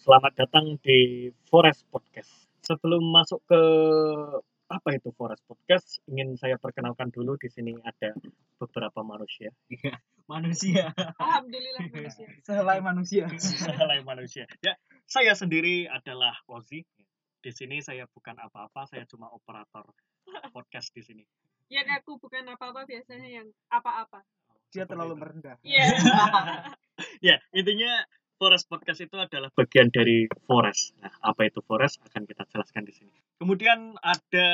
Selamat datang di Forest Podcast. Sebelum masuk ke apa itu Forest Podcast, ingin saya perkenalkan dulu di sini ada beberapa manusia, manusia Alhamdulillah manusia. Iya. selai manusia lain manusia. Ya, saya sendiri adalah Ozi. Di sini saya bukan apa-apa, saya cuma operator podcast di sini. Ya aku bukan apa-apa biasanya yang apa-apa. dia terlalu Seperti merendah Iya. Ya, intinya Forest Podcast itu adalah bagian dari Forest. Nah, apa itu Forest akan kita jelaskan di sini. Kemudian ada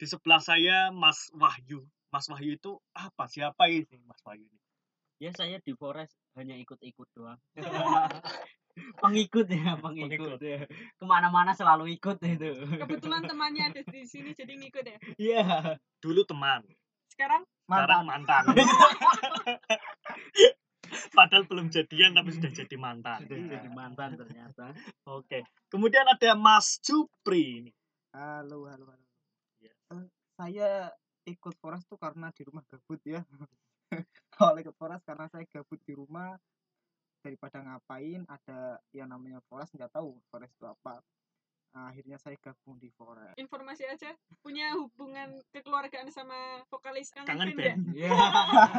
di sebelah saya Mas Wahyu. Mas Wahyu itu apa? Siapa ini Mas Wahyu ini? ya saya di Forest hanya ikut-ikut doang pengikut ya pengikut, iya. kemana-mana selalu ikut itu Kebetulan temannya ada di sini jadi ngikut ya. iya Dulu teman, Sekarang sekarang mantan mantan. Padahal belum jadian tapi sudah jadi mantan. Iya. sudah jadi mantan ternyata Oke. Kemudian ada Mas Jupri ini. halo halo halo Iya. Eh, saya ikut foras tuh karena di rumah gabut ya kalau ikut foras karena saya gabut di rumah daripada ngapain ada yang namanya foras nggak tahu foras itu apa Nah, akhirnya saya gabung di foras informasi aja punya hubungan kekeluargaan sama vokalis Kangen Kangen Band. Band. ya? ya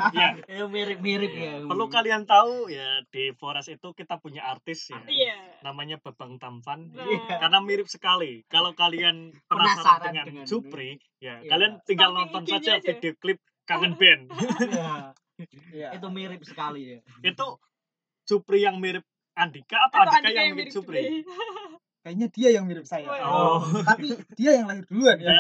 Ya, itu mirip-mirip ya perlu kalian tahu ya di Forest itu kita punya artis ya. Iya. Namanya Bebang Tampan. Nah, karena mirip sekali. Kalau kalian penasaran Penasaran dengan, dengan Jupri, ya Iya. kalian tinggal Stalking nonton IG-nya saja aja. video klip Kangen Band. Iya, Iya. itu mirip sekali ya Itu Jupri yang mirip Andika atau, atau Andika, yang, mirip Jupri? Jupri. kayaknya dia yang mirip saya Oh. Iya. tapi dia yang lahir duluan ya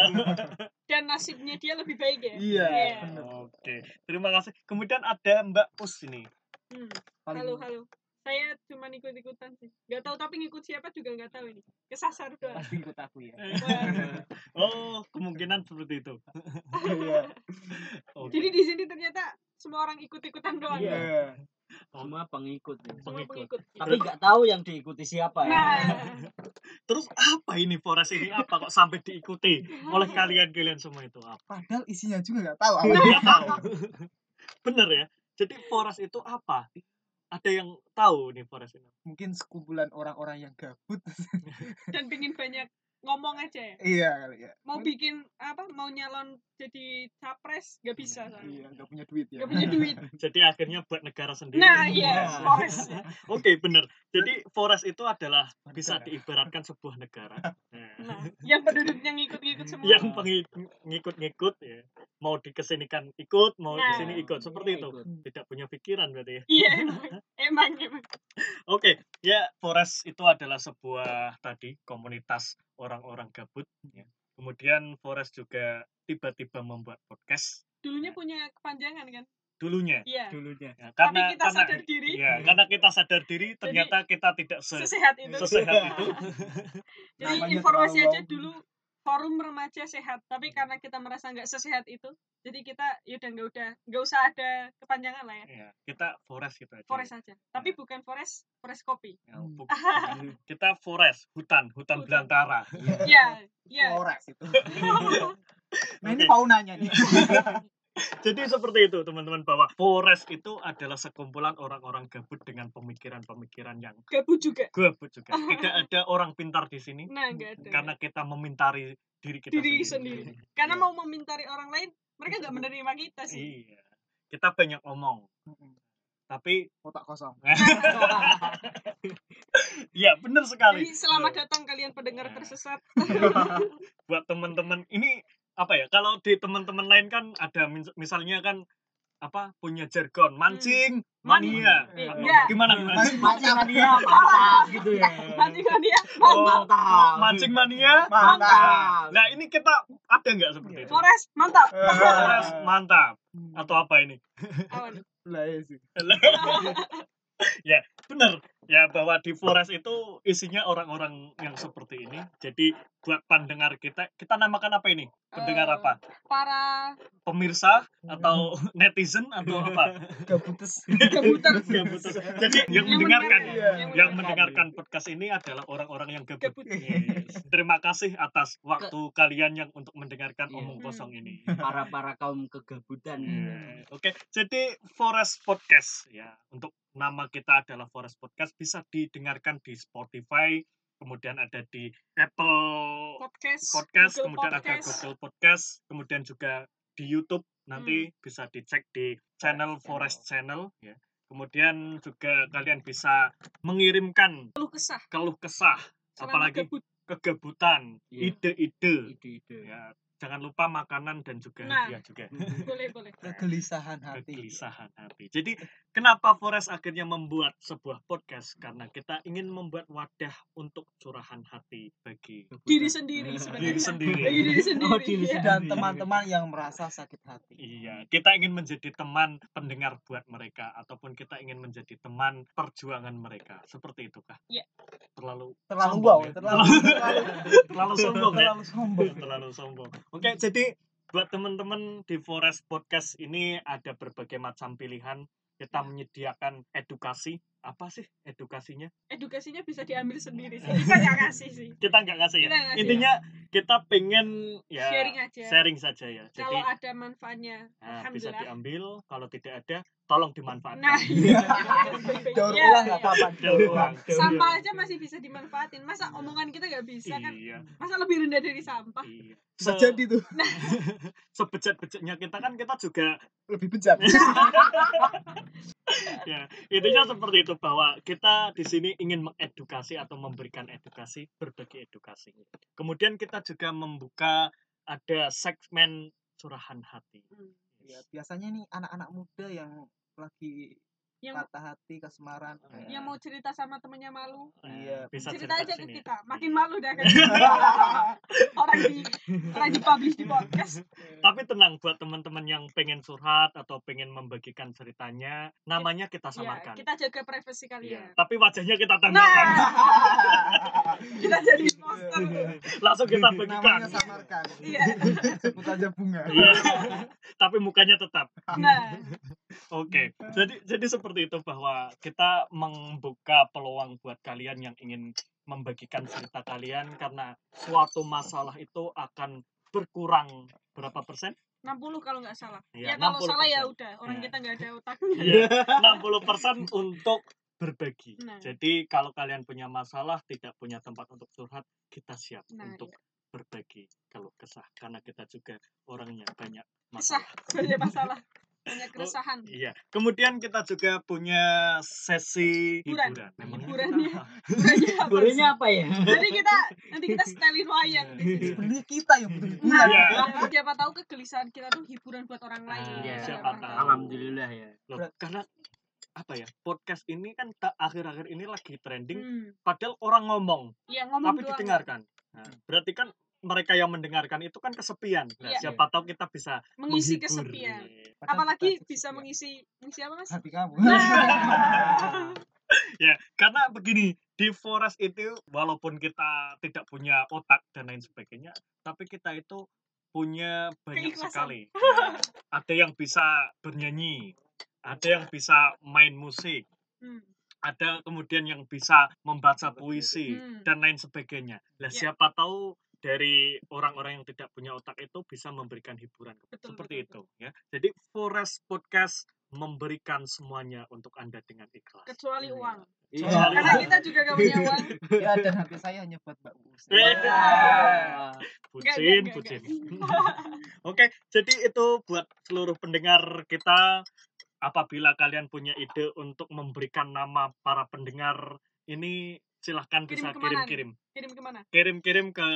Dan nasibnya dia lebih baik ya. iya Iya. bener. Oke, terima kasih. Kemudian ada Mbak Us ini. Hmm. Paling- Halo halo. Saya cuma ikut-ikutan sih. Gak tahu tapi ngikut siapa juga gak tahu ini. Kesasar doang. pasti ikut aku ya Wah. Oh, kemungkinan seperti itu. iya Oke. Jadi di sini ternyata semua orang ikut-ikutan doang. ya? Iya. Iya. semua pengikut ya. Semua Pengikut. pengikut. tapi nggak tahu yang diikuti siapa ya Nah. Terus apa ini Forest ini apa kok sampai diikuti oleh kalian-kalian semua itu apa? padahal isinya juga nggak tahu apa. Nggak tahu. Bener ya. Jadi Forest itu apa? Ada yang tahu nih Forest ini? mungkin sekumpulan orang-orang yang gabut dan pengen banyak ngomong aja ya iya kali ya mau bikin apa mau nyalon jadi capres nggak bisa soalnya iya nggak punya duit ya nggak punya duit Jadi akhirnya buat negara sendiri. nah iya Iya. forest Oke, bener. Jadi forest itu adalah bisa Negara. diibaratkan sebuah negara. Nah, nah yang penduduknya ngikut-ngikut semua yang pengik- ngikut-ngikut ya. Mau dikesinikan ikut, mau Nah. di sini ikut seperti itu. Ikut. Tidak punya pikiran berarti ya. iya emang emang, emang. Oke, ya forest itu adalah sebuah tadi komunitas orang-orang gabut ya. Kemudian forest juga tiba-tiba membuat podcast dulunya punya kepanjangan kan dulunya. iya dulunya Ya, tapi karena kita karena sadar diri iya, ya, karena kita sadar diri ternyata kita tidak se sesehat itu sesehat itu. jadi Namanya informasi terlalu aja wow. dulu forum remaja sehat tapi karena kita merasa nggak sesehat itu jadi kita yaudah nggak udah nggak usah ada kepanjangan lah ya Iya. Ya, kita forest gitu aja. forest aja tapi bukan forest forest kopi Ya, bu- kita forest, hutan, hutan, Hutan. belantara. Iya, iya. Flores itu Oke. nah ini faunanya nih Jadi seperti itu teman-teman bahwa forest itu adalah sekumpulan orang-orang gabut dengan pemikiran-pemikiran yang Gabut juga. gabut juga. Tidak ada orang pintar di sini Nah, enggak ada. karena iya. kita memintari diri kita diri sendiri. sendiri. Karena mau memintari orang lain, mereka nggak menerima kita sih. Iya. Kita banyak omong, tapi otak kosong ya benar sekali. Jadi selamat datang kalian pendengar Nah. tersesat. buat teman-teman ini apa ya kalau di teman-teman lain kan ada mis- misalnya kan apa punya jargon mancing mania Mania. Atau Iya. gimana gimana Mancing- macam dia mantap gitu ya Nanti kalian oh, mantap mancing mania mantap nah ini kita ada nggak seperti itu Flores, mantap. Keras, mantap atau apa ini Awan. lah ya sih ya bener ya bahwa di Flores itu isinya orang-orang yang seperti ini jadi buat pendengar kita kita namakan apa ini pendengar Eh, apa Para pemirsa atau netizen atau apa gabutes gabutan. Nggak butuh. Jadi yang, Yang mendengarkan mendengar, Iya. yang yang mendengar. mendengarkan podcast ini adalah orang-orang yang gabut. Gabut. Yes. Terima kasih atas waktu kalian yang untuk mendengarkan Iya. Hmm. omong kosong ini. para Iya. para kaum kegabutan Oke, jadi Forest Podcast ya untuk nama kita adalah Forest Podcast bisa didengarkan di Spotify, kemudian ada di Apple podcast podcast, Google kemudian ada Podcast. Google Podcast, kemudian juga di YouTube nanti bisa dicek di channel Forest Forest Channel ya. Kemudian juga kalian bisa mengirimkan Keluh kesah keluh kesah, selama apalagi gabut. kegebutan, Iya. ide-ide ide-ide. ya. Jangan lupa makanan dan juga Nah. hadiah juga boleh boleh kegelisahan hati kegelisahan hati. Jadi kenapa Forest akhirnya membuat sebuah podcast? Karena kita ingin membuat wadah untuk curahan hati bagi diri sendiri sebenarnya diri sendiri. Iya, diri sendiri, Oh, diri iya. sendiri. dan teman-teman yang merasa sakit hati Iya, kita ingin menjadi teman pendengar buat mereka ataupun kita ingin menjadi teman perjuangan mereka. Seperti itu kah? Iya. Terlalu terlalu Sombong wow ya. terlalu terlalu- terlalu sombong ya. terlalu sombong terlalu sombong. Oke, jadi buat teman-teman di Forest Podcast ini ada berbagai macam pilihan. Kita menyediakan edukasi. Apa sih edukasinya? edukasinya bisa diambil sendiri sih kita nggak ngasih sih Kita nggak ngasih ya. Kita nggak ngasih. Intinya kita pengen ya Sharing aja. sharing saja ya. Jadi kalau ada manfaatnya nah, bisa alhamdulillah diambil, kalau tidak ada tolong dimanfaatkan. nah iya. daur Iya, ulang nggak iya. apa-apa daur ulang Iya, sampah aja masih bisa dimanfaatin masa omongan kita nggak bisa kan Iya. masa lebih rendah dari sampah Iya. bisa Se- jadi tuh sebejat-bejatnya kita kan kita juga lebih bejat ya intinya seperti itu bahwa kita di sini ingin mengedukasi atau memberikan edukasi berbagi edukasi kemudian kita juga membuka ada segmen curahan hati Hmm. Ya, biasanya nih anak-anak muda yang lagi yang patah hati kasmaran Iya. yang mau cerita sama temennya malu Iya. Eh, bisa cerita aja di sini. ke kita makin malu dah kan orang di orang di publish di podcast tapi tenang buat teman-teman yang pengen curhat atau pengen membagikan ceritanya namanya kita ya samarkan kita jaga privasi Iya. kalian tapi wajahnya kita tambahkan nah kita jadi poster langsung kita bagikan Iya. namanya samarkan iya sebut aja bunga Iya. tapi mukanya tetap nah Oke, jadi jadi seperti itu bahwa kita membuka peluang buat kalian yang ingin membagikan cerita kalian karena suatu masalah itu akan berkurang berapa persen? 60 kalau nggak salah Iya, ya kalau 60%. salah ya udah orang Iya. kita nggak ada otaknya Iya, 60 persen untuk berbagi. Nah. Jadi kalau kalian punya masalah tidak punya tempat untuk curhat, kita siap Nah, untuk berbagi kalau kesah karena kita juga orangnya banyak kesah masalah. banyak masalah banyak keresahan Iya, kemudian kita juga punya sesi Hiburan. iya. hiburan. Memangnya Hiburannya. kita apa? Banyak apa Gurunya sih? apa ya? nanti kita nanti kita stylin wayang di sini. sebenarnya kita yang butuh Nah, hiburan Iya. siapa tahu kegelisahan kita tuh hiburan buat orang lain. Ah, Iya. Kita siapa nggak tahu. Alhamdulillah ya. Loh, Berat. karena apa ya podcast ini kan ta- akhir-akhir ini lagi trending Hmm. padahal orang ngomong Ya ngomong tapi doang. didengarkan Nah, berarti kan mereka yang mendengarkan itu kan kesepian Nah, Iya. siapa tahu kita bisa Mengisi menghibur. kesepian. Iya. Padahal Apalagi kita bisa sesepian. mengisi mengisi apa mas? hati kamu Nah. ya karena begini di forest itu walaupun kita tidak punya otak dan lain sebagainya tapi kita itu punya banyak Keikhlasan. sekali Nah, ada yang bisa bernyanyi ada yang bisa main musik Hmm. ada kemudian yang bisa membaca puisi Hmm. dan lain sebagainya. Lah Ya. siapa tahu dari orang-orang yang tidak punya otak itu bisa memberikan hiburan Betul, seperti betul, itu ya. Jadi Forest Podcast memberikan semuanya untuk Anda dengan ikhlas. Kecuali uang. Iya. Kecuali- Karena kita juga gak punya uang. ya dan hati saya hanya buat mbak Uus Eh, Iya. Wah. Nggak, Bucin, nggak, nggak, bucin. nggak. Oke, jadi itu buat seluruh pendengar kita. Apabila kalian punya ide untuk memberikan nama para pendengar ini silahkan Kirim bisa kemana nih? kirim-kirim. Kirim kemana? Kirim-kirim ke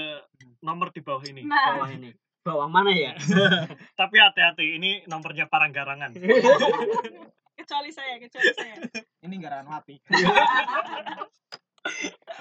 nomor di bawah ini. Nah, Bawah ini. Bawah mana ya? Tapi hati-hati, ini nomornya paranggarangan. Iya. kecuali saya, kecuali saya. ini garangan hati Iya.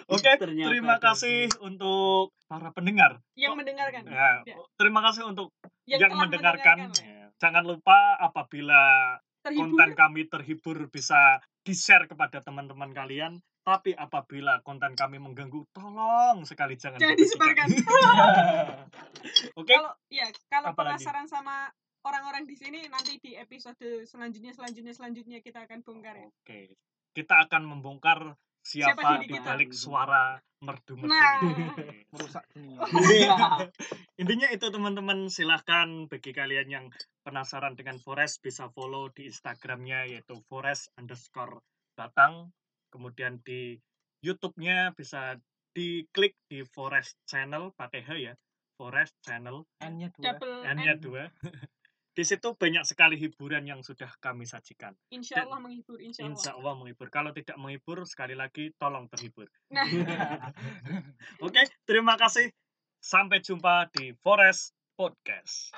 Oke, Ternyata terima ada. kasih untuk para pendengar. Yang mendengarkan. Ya, Ya. terima kasih untuk yang, telah mendengarkan. lah. Ya. Jangan lupa apabila Terhibur. konten kami terhibur bisa di-share kepada teman-teman kalian. Tapi apabila konten kami mengganggu, tolong sekali jangan Jangan dibagikan. disebarkan. Oke, kalau ya kalau Apalagi? penasaran sama orang-orang di sini nanti di episode selanjutnya selanjutnya selanjutnya kita akan bongkar ya. oke. Kita akan membongkar siapa, Siapa di diri kita? balik suara merdu-merdu Nah. ini. merusak dunia Iya. intinya itu teman-teman silahkan bagi kalian yang penasaran dengan Forest bisa follow di Instagramnya yaitu Forest underscore Batang kemudian di YouTube-nya bisa diklik di Forest Channel pakai H ya Forest Channel N-nya dua. double N-nya Hmm, N. dua di situ banyak sekali hiburan yang sudah kami sajikan insya Allah menghibur insya Allah, Insya Allah menghibur kalau tidak menghibur sekali lagi tolong terhibur nah Oke, terima kasih. Sampai jumpa di Forest Podcast.